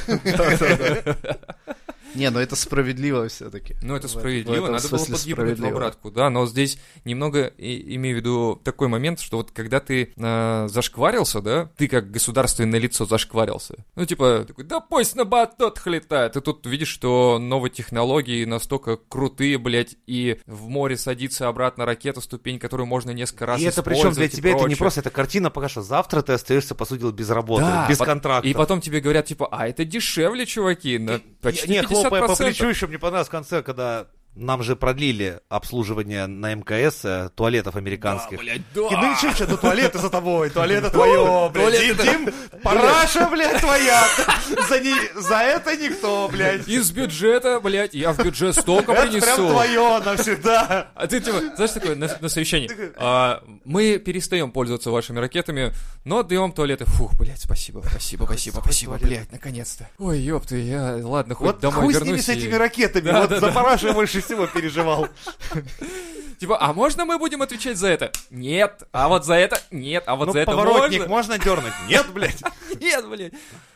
S5: Не, ну это справедливо все-таки.
S1: Ну, это справедливо,
S5: этом
S1: надо было
S5: смысле
S1: подъебнуть в
S5: справедливо.
S1: обратку, да, но здесь немного и- имею в виду такой момент, что вот когда ты э, зашкварился, да, ты как государственное лицо зашкварился, ну, типа, такой, да пусть на батотах летает, и тут видишь, что новые технологии настолько крутые, блядь, и в море садится обратно ракета, ступень, которую можно несколько раз
S4: И это причем для
S1: использовать и
S4: тебя это не
S1: прочее.
S4: просто, это картина пока что. Завтра ты остаешься, по сути, дела, без работы,
S1: Да,
S4: без
S1: пот-
S4: контракта.
S1: И потом тебе говорят, типа, а это дешевле, чуваки, на почти
S4: не,
S1: 50%.
S4: хлопая по плечу еще мне понравилось в конце, когда Нам же продлили обслуживание на МКС э, туалетов американских.
S1: да.
S4: И нынче что-то туалеты за тобой, туалеты
S2: Твое, блядь,
S1: Туалет это-
S2: Дим, параша, блядь, твоя. За, ней- за это никто, блядь.
S1: Из бюджета, блядь, я в бюджет столько
S2: Это прям
S1: принесу.
S2: твое навсегда.
S1: А ты типа, знаешь, такое на, на совещании. «А, мы перестаем пользоваться вашими ракетами, но отдаем туалеты. Фух, блядь, спасибо, спасибо, спасибо, спасибо, блядь, наконец-то. Ой, ёпты, я, ладно, хоть
S2: Вот
S1: домой
S2: хуй с ними,
S1: вернусь.
S2: с этими
S1: и-
S2: ракетами.
S1: Да,
S2: Вот
S1: да,
S2: за
S1: да.
S2: парашу я больше всего переживал.
S1: Типа, а можно мы будем отвечать за это? Нет. А вот за это? Нет. А вот
S2: Ну,
S1: за это
S2: поворотник
S1: можно?
S2: можно дернуть? Нет, блядь.
S1: Нет, блядь.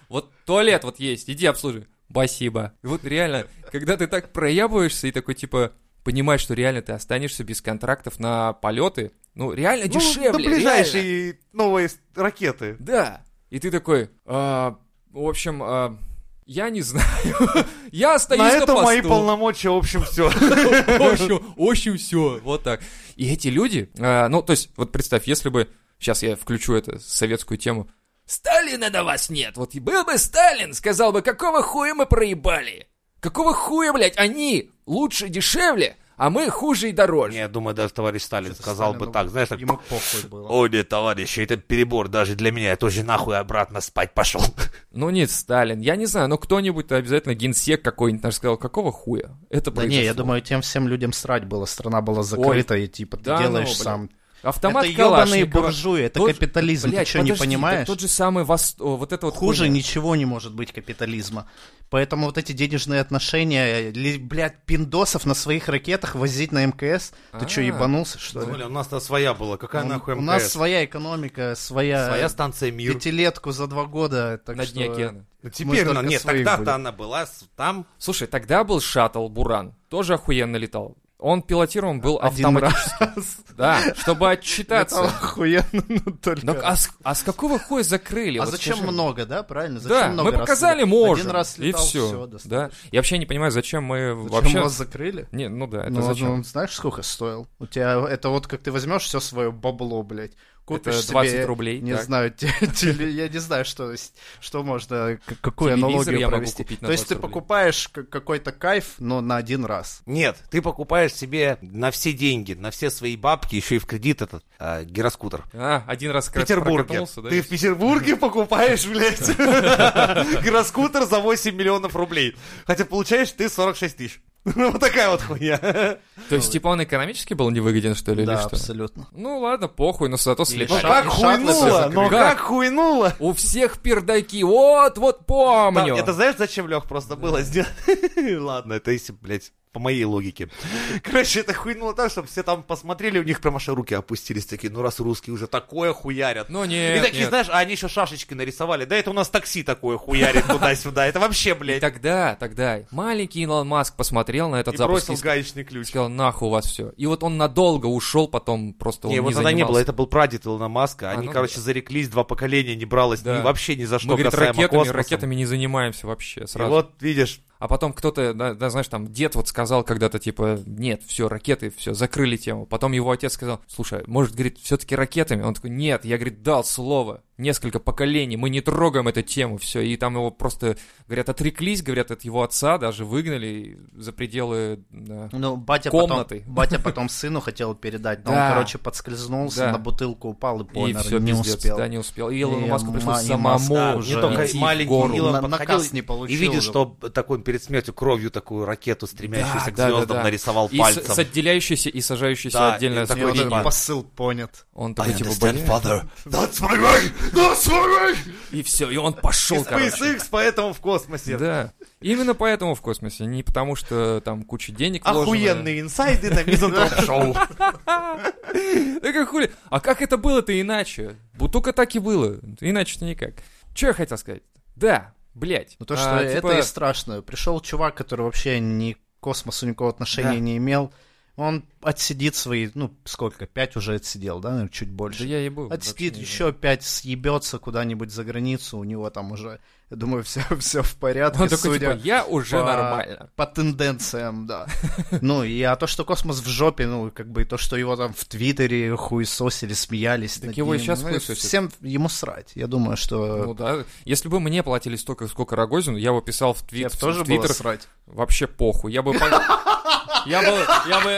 S1: Вот туалет вот есть, иди обслужи. Спасибо. И вот реально, когда ты так проябываешься и такой, типа, понимаешь, что реально ты останешься без контрактов на полеты, ну, реально
S2: Ну,
S1: дешевле.
S2: на
S1: реально.
S2: ближайшие новые с- ракеты.
S1: Да. И ты такой, «А, в общем, а, я не знаю. я остаюсь
S2: На
S1: на,
S2: этом мои
S1: посту».
S2: полномочия, в общем, все.
S1: В общем, в общем, все. Вот так. И эти люди, а, ну, то есть, вот представь, если бы, сейчас я включу это, советскую тему, Сталина на вас нет. Вот и был бы Сталин, сказал бы, какого хуя мы проебали? Какого хуя, блядь, они лучше и дешевле, а мы хуже и дороже.
S4: Я думаю, даже товарищ Сталин
S5: Что-то
S4: сказал
S5: Сталину
S4: бы так, знаешь, так...
S5: Ему похуй было.
S4: Ой, нет, товарищи, это перебор даже для меня, я тоже нахуй обратно спать пошел.
S1: Ну нет, Сталин, я не знаю, но кто-нибудь обязательно генсек какой-нибудь наш сказал, какого хуя? Это
S5: Да не, я
S1: произошло».
S5: думаю, тем всем людям срать было. Страна была закрыта, и типа ты
S1: да ну,
S5: делаешь
S1: блядь.
S5: сам.
S1: Автомат
S5: это ебаные
S1: Калашникова.
S5: буржуи, это
S1: Тот же-
S5: капитализм.
S1: Блядь,
S5: ты что, не
S1: подожди,
S5: понимаешь?
S1: так Тот же самый вос- о, вот это вот
S5: Хуже
S1: хуйня.
S5: ничего не может быть капитализма. Поэтому вот эти денежные отношения, ли- блядь, пиндосов на своих ракетах возить на МКС. Ты что,
S1: А.
S5: ебанулся, что ли?
S4: у нас-то своя была, какая
S5: У-
S4: нахуй
S5: У нас
S4: МКС?
S5: своя э, экономика, своя,
S4: Своя станция мир.
S5: пятилетку за два года. Так
S1: на дне
S5: что-
S1: океана.
S4: Ну,
S5: Мы
S4: Теперь, она-
S5: только
S4: нет,
S5: своих были.
S4: тогда-то она была с- там.
S1: Слушай, тогда был шаттл Буран, тоже охуенно летал. Он пилотируем был
S5: Один
S1: автоматически.
S5: раз.
S1: Да, чтобы
S5: Это
S1: отчитаться.
S5: охуенно, ну только.
S1: Ну, а, с, а с какого хуя закрыли?
S5: А
S1: Вот
S5: зачем
S1: скажи мне.
S5: много, да, правильно? Зачем
S1: Да,
S5: много
S1: мы
S5: раз
S1: показали,
S5: летать?
S1: можем.
S5: Один раз летал,
S1: и все. да. Я вообще не понимаю, зачем мы
S5: Зачем
S1: вообще...
S5: вас закрыли?
S1: Не, ну да, это
S5: ну,
S1: зачем?
S5: ну, знаешь, сколько стоил? У тебя это вот как ты возьмешь все свое бабло, блядь. Купишь
S1: Это
S5: себе,
S1: 20 рублей,
S5: Не
S1: так.
S5: знаю, те- теле- я не знаю, что, с- что можно, к- ну, какую
S1: Телевизор
S5: аналогию
S1: я могу
S5: провести.
S1: купить на
S5: То есть ты
S1: 20 рублей.
S5: покупаешь к- какой-то кайф, но на один раз.
S4: Нет, ты покупаешь себе на все деньги, на все свои бабки, еще и в кредит этот э, гироскутер.
S1: А, один раз
S4: В
S1: как раз
S4: Петербурге.
S1: прокатнулся, да,
S4: Ты
S1: и
S4: в Петербурге покупаешь, блядь, гироскутер за 8 миллионов рублей. Хотя получаешь ты 46 тысяч. Ну, вот такая вот хуйня.
S1: То есть, типа, он экономически был невыгоден, что ли, или
S5: да,
S1: что?
S5: абсолютно.
S1: Ну ладно, похуй, но зато слетали.
S5: шаг-
S4: Ну, Как
S5: и шаттлы все
S4: хуйнуло, но
S1: закрыли.
S4: как хуйнуло.
S1: У всех пердаки, вот, вот
S4: Да,
S1: помню.
S4: Это знаешь, зачем Лех просто было сделать? Ладно, это если, блядь, по моей логике. Короче, это хуйнуло так, чтобы все там посмотрели, у них прям аж руки опустились такие, ну раз русские уже такое хуярят.
S1: Ну нет,
S4: И такие,
S1: нет.
S4: знаешь, а они еще шашечки нарисовали. Да это у нас такси такое хуярит туда-сюда. Это вообще,
S1: И
S4: блядь.
S1: тогда, тогда маленький Илон Маск посмотрел на этот
S4: И
S1: запуск
S4: бросил
S1: и
S4: гаечный ключ.
S1: сказал, нахуй у вас все. И вот он надолго ушел, потом просто он
S4: Не, вот
S1: не
S4: тогда не
S1: занимался.
S4: было, это был прадед Илона Маска.
S1: А,
S4: Они,
S1: ну
S4: короче, зареклись, два поколения не бралось
S1: Да.
S4: ни вообще ни за
S1: Мы,
S4: что
S1: говорит,
S4: касаемо
S1: ракетами,
S4: космоса.
S1: ракетами не занимаемся вообще
S4: И
S1: сразу.
S4: вот, видишь,
S1: А потом кто-то, да, да, знаешь, там дед вот сказал когда-то, типа, нет, все, ракеты, все, закрыли тему. Потом его отец сказал, слушай, может, говорит, все-таки ракетами? Он такой, нет, я, говорит, дал слово, несколько поколений, мы не трогаем эту тему, все. И там его просто, говорят, отреклись, говорят, от его отца, даже выгнали за пределы... да.
S5: Ну, батя
S1: Комнаты.
S5: потом, батя потом сыну хотел передать, но
S1: Да.
S5: он, короче, подскользнулся,
S1: Да.
S5: на бутылку упал и
S1: И
S5: помер,
S1: все,
S5: не
S1: пиздец,
S5: успел.
S1: да, не успел. И Илону
S5: И
S1: Маску пришлось
S5: Ма- и Маск,
S1: самому
S5: да,
S1: уже
S5: уже
S4: а, не только
S1: идти в
S4: маленький
S1: гору.
S4: Илон
S5: На-
S4: подходил
S5: наказ не получил
S4: И видит,
S5: уже.
S4: что такой он перед смертью кровью такую ракету, стремящуюся
S1: Да,
S4: к
S1: да, да,
S4: звездам,
S1: да.
S4: нарисовал
S1: И с,
S4: пальцем.
S1: с отделяющейся и сажающейся
S4: Да,
S1: отдельно.
S4: и
S5: И
S4: такой
S1: свои
S5: вот этот
S1: линии.
S4: типа-
S5: посыл понят.
S1: Он такой, типа, «Блин».
S4: That's my way! That's my way!
S1: И все, и он пошел,
S4: И
S1: короче.
S4: SpaceX поэтому в космосе.
S1: Да. Именно поэтому в космосе, не потому что там куча денег вложено.
S4: Охуенные инсайды на Мизантроп-шоу.
S1: Да как хули? А как это было-то иначе? Вот Только так и было. Иначе-то никак. Че я хотел сказать? Да, блядь.
S5: Ну то,
S1: А,
S5: что
S1: типа,
S5: это и страшно. Пришел чувак, который вообще ни к космосу никакого отношения
S4: Да.
S5: не имел. Он отсидит свои, ну, сколько, пять уже отсидел, да, наверное, чуть больше.
S1: Да я ебу.
S5: Отсидит
S1: вообще не
S5: еще пять, съебется куда-нибудь за границу, у него там уже, я думаю, все, все в порядке,
S1: знаю. Он такой,
S5: судя
S1: типа, я уже
S5: по-
S1: нормально.
S5: по тенденциям, да. Ну, и а то, что космос в жопе, ну, как бы, и то, что его там в Твиттере хуесосили, смеялись
S1: Так
S5: над
S1: его и
S5: ним,
S1: щас
S5: ну,
S1: хуесосят.
S5: Всем ему срать, я
S1: Ну
S5: думаю, что...
S1: да. Если бы мне платили столько, сколько Рогозину, я бы писал в
S5: Я
S1: твит,
S5: тоже
S1: в
S5: было
S1: твиттер,
S5: срать.
S1: Вообще похуй. Я бы... по- Я бы, я бы,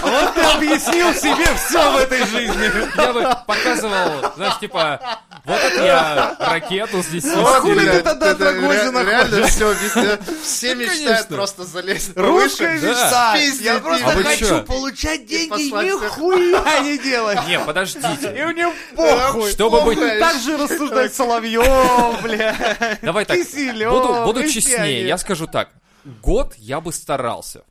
S4: Вот ты объяснил себе все в этой жизни.
S1: я бы показывал, знаешь, типа, вот это я ракету с 10 стреляю.
S4: тогда
S5: Это
S4: Драгозина
S5: ре- Реально все везде. Все мечтают
S1: конечно.
S5: просто залезть на
S4: Ну, Русская
S5: вышку.
S1: Да.
S4: мечта.
S5: Пиздить
S4: Я
S1: А
S4: просто
S1: вы чё?
S4: хочу получать деньги и
S5: послать всех.
S4: нихуя не делать.
S1: Не, подождите.
S4: И у него похуй.
S1: Чтобы быть
S5: Похуй.
S4: Так же рассуждать Соловьев, бля.
S1: Давай так,
S4: Киселёв,
S1: буду, буду
S4: и
S1: честнее,
S4: Пианин.
S1: я скажу так. Год я бы старался.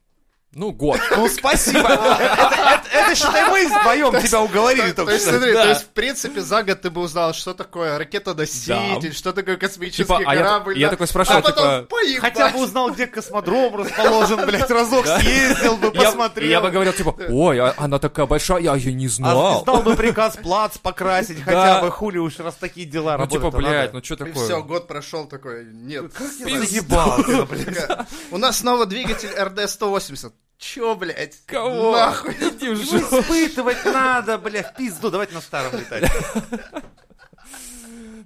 S1: Ну, год.
S4: Ну, спасибо. Это, это- это, считай, мы вдвоем тебя уговорили
S5: То
S4: только
S5: есть,
S4: что.
S5: смотри,
S1: Да.
S5: то есть, в принципе, за год ты бы узнал, что такое ракетоноситель,
S1: Да.
S5: что такое космический
S1: Типа, а я-
S5: корабль.
S1: я
S5: да.
S1: такой спрашиваю,
S5: а потом,
S1: типа,
S5: поебать.
S4: Хотя бы узнал, где космодром расположен, блядь, разок съездил бы,
S1: Я-
S4: посмотрел.
S1: Я бы говорил, типа, ой, а- она такая большая, я ее не
S4: А
S1: знал. Ну, типа,
S4: Знал бы приказ плац покрасить, хотя бы хули уж раз такие дела
S1: Ну,
S4: работают. а
S1: типа, блядь, ну что
S5: И все,
S1: такое?
S5: год прошел такой, нет.
S4: Заебался, блядь.
S5: У нас снова двигатель РД-180. Чё, блядь?
S1: Кого?
S5: Нахуй.
S1: Иди в
S4: Ну,
S1: жопу.
S4: Испытывать надо, блядь, пизду, давайте на старом летать.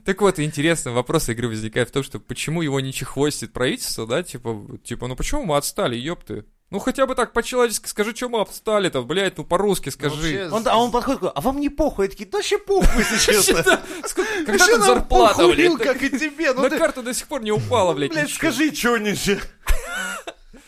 S1: Так вот, интересный вопрос игры возникает в том, что почему его не чехвостит правительство, да, типа, типа, ну почему мы отстали, ёпты? Ну хотя бы так по-человечески скажи, что мы отстали-то, блядь, ну по-русски скажи.
S5: Вообще,
S4: Он- а он подходит, такой, а вам не похуй? Я такие, да вообще похуй, если честно.
S1: Сколько- Когда
S4: Вообще
S1: там
S4: нам
S1: зарплата,
S4: похуй,
S1: блядь?
S4: как и тебе. Ну
S1: На
S4: ты,
S1: карту до сих пор не упала, блядь.
S4: блядь,
S1: ничего.
S4: скажи что-нибудь.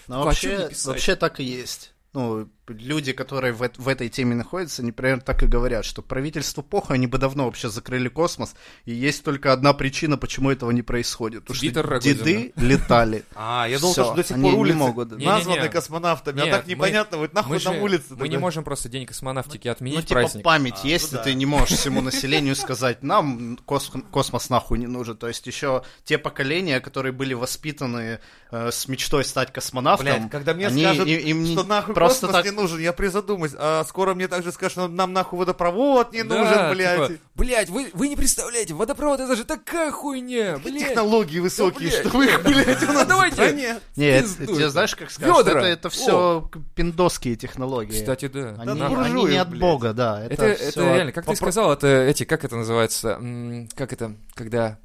S5: Ну,
S1: а чё не
S5: вообще,
S1: писать?
S5: вообще так и есть. Ну, люди, которые в, эт- в этой теме находятся, они примерно так и говорят, что правительству похуй, они бы давно вообще закрыли космос, и есть только одна причина, почему этого не происходит. Потому что
S1: Твиттер Рогозина.
S5: деды летали.
S4: А, я думал,
S5: Всё,
S4: что до сих
S5: они
S4: пор
S5: не
S4: улицы
S5: могут. Не-не-не.
S4: названы космонавтами, а
S1: Нет,
S4: так
S1: мы-
S4: непонятно, вот
S1: Мы
S4: нахуй
S1: же-
S4: нам улицы.
S1: мы не можем просто день космонавтики отменить
S5: Ну, типа
S1: праздник.
S5: память есть,
S4: ну
S5: и
S4: да.
S5: ты не можешь всему населению сказать, нам кос- космос нахуй не нужен. То есть еще те поколения, которые были воспитаны э, с мечтой стать космонавтом,
S4: Блядь, когда мне
S5: они-
S4: скажут,
S5: им- им не-
S4: что нахуй
S5: просто
S4: космос
S5: так...
S4: не нужен, я призадумаюсь. А скоро мне также скажут, что нам нахуй водопровод не
S1: Да,
S4: нужен, блядь.
S1: типа, блядь, вы, вы не представляете, водопровод это же такая хуйня, блядь.
S4: Технологии высокие,
S1: блядь.
S4: что вы их, блядь, у нас
S1: Давайте.
S4: в стране.
S5: Не, это-
S1: Пизду
S5: тебе
S1: это.
S5: знаешь, как скажут,
S1: Вёдра.
S5: это, это все пиндосские технологии.
S1: Кстати, да.
S5: Они,
S4: Да,
S5: они
S4: буржуи,
S5: не от
S4: блядь.
S5: бога, да. Это,
S1: Это, это
S5: всё
S1: реально, как ты
S5: попро-
S1: сказал, это эти, как это называется, М, как это, когда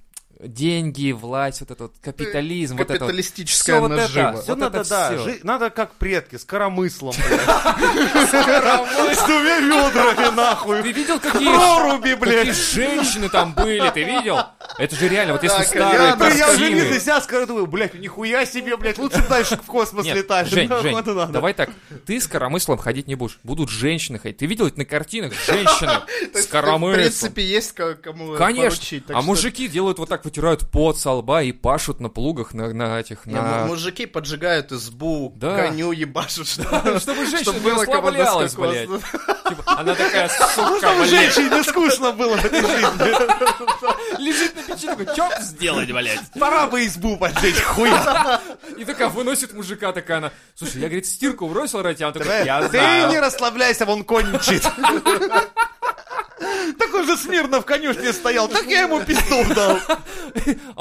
S1: деньги, власть, вот этот капитализм, вот это вот.
S5: Капиталистическая
S1: Всё вот это,
S5: нажива.
S1: всё
S4: Все
S1: Вот
S4: надо,
S1: это
S4: да,
S1: всё.
S4: жи- надо как предки, с коромыслом, блядь. С двумя ведрами, нахуй.
S1: Ты видел, какие,
S4: Проруби,
S1: какие
S4: блядь.
S1: женщины там были, ты видел? Это же реально, вот если
S5: Да,
S1: старые
S5: конечно.
S4: Да я уже
S1: картины.
S4: видно себя, скоро думаю, блядь, нихуя себе, блядь, лучше б дальше в космос
S1: Нет,
S4: летать.
S1: Жень,
S5: ну,
S4: Нахуй
S1: Жень,
S4: это надо?
S1: давай так, ты с коромыслом ходить не будешь, будут женщины ходить. Ты видел это на картинах, женщины
S5: То
S1: с
S5: есть, В
S1: коромыслом.
S5: принципе, есть ко- кому
S1: Конечно,
S5: поручить. так
S1: а
S5: что-
S1: мужики делают вот так, вытирают пот со лба и пашут на плугах, на, на этих,
S5: Не,
S1: на
S5: му- мужики поджигают избу,
S1: Да.
S5: коню ебашут, чтобы,
S1: Чтобы женщина
S5: чтобы
S1: не
S5: было кому
S1: расслаблялась,
S5: доскакать.
S1: блядь. Типа, она такая,
S4: Ну,
S1: сука,
S4: чтобы
S1: блядь,
S4: женщине скучно было в этой жизни.
S1: лежит на печи, такой, чё сделать, блядь?
S4: Пора бы избу поджечь, хуя.
S1: И такая выносит мужика, такая она, слушай, я, говорит, стирку бросил, Рати, а он такой, я
S4: Ты
S1: знаю.
S4: не расслабляйся, вон конь мчит. Такой же смирно в конюшне стоял, так я ему пизду дал.
S1: А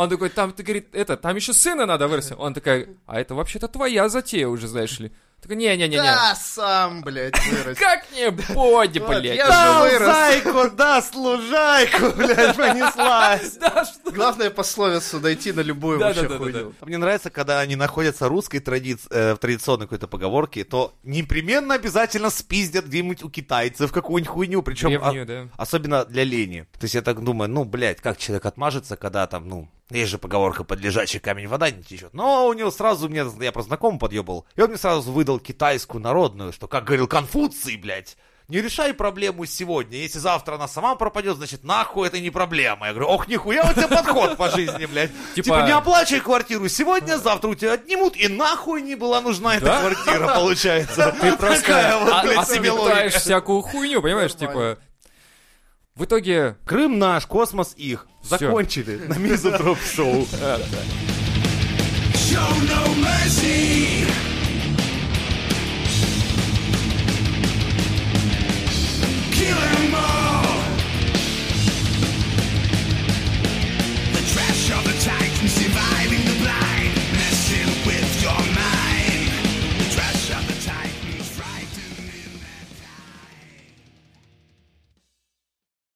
S1: Он такой, там, ты, говорит, это, там еще сына надо вырасти. Он такая, а это вообще-то твоя затея уже, знаешь ли. Такой, не-не-не-не.
S5: Да, сам, блядь, вырос.
S1: Как не боди,
S5: Вот,
S1: блядь.
S5: я
S4: Дал
S5: же вырос.
S4: зайку, да, служайку, блядь, понеслась.
S1: Да, что?
S5: Главное пословицу найти на любую
S1: Да,
S5: вообще
S1: да, да, да,
S5: хуйню.
S4: А Мне нравится, когда они находятся русской традиции, э, в традиционной какой-то поговорке, то непременно обязательно спиздят где-нибудь у китайцев какую-нибудь хуйню, а, причем
S1: Древнюю, да.
S4: особенно для лени. То есть я так думаю, ну, блядь, как человек отмажется, когда там, ну, есть же поговорка под лежачий камень вода не течет. Но у него сразу мне, я просто знакомый подъебал, и он мне сразу выдал китайскую народную, что, как говорил Конфуций, блядь, не решай проблему сегодня. Если завтра она сама пропадет, значит, нахуй это не проблема. Я говорю, ох, нихуя у тебя подход по жизни, блядь.
S1: Типа-
S4: Типа, не оплачивай квартиру сегодня, завтра у тебя отнимут, и нахуй не была нужна эта
S1: Да?
S4: квартира, получается. Ты
S1: Просто а-
S4: Такая вот, блядь, себе
S1: отметаешь
S4: логика.
S1: всякую хуйню, понимаешь, типа... В итоге
S4: Крым наш, космос их.
S1: Всё.
S4: Закончили на мизотроп шоу.
S6: Show no mercy.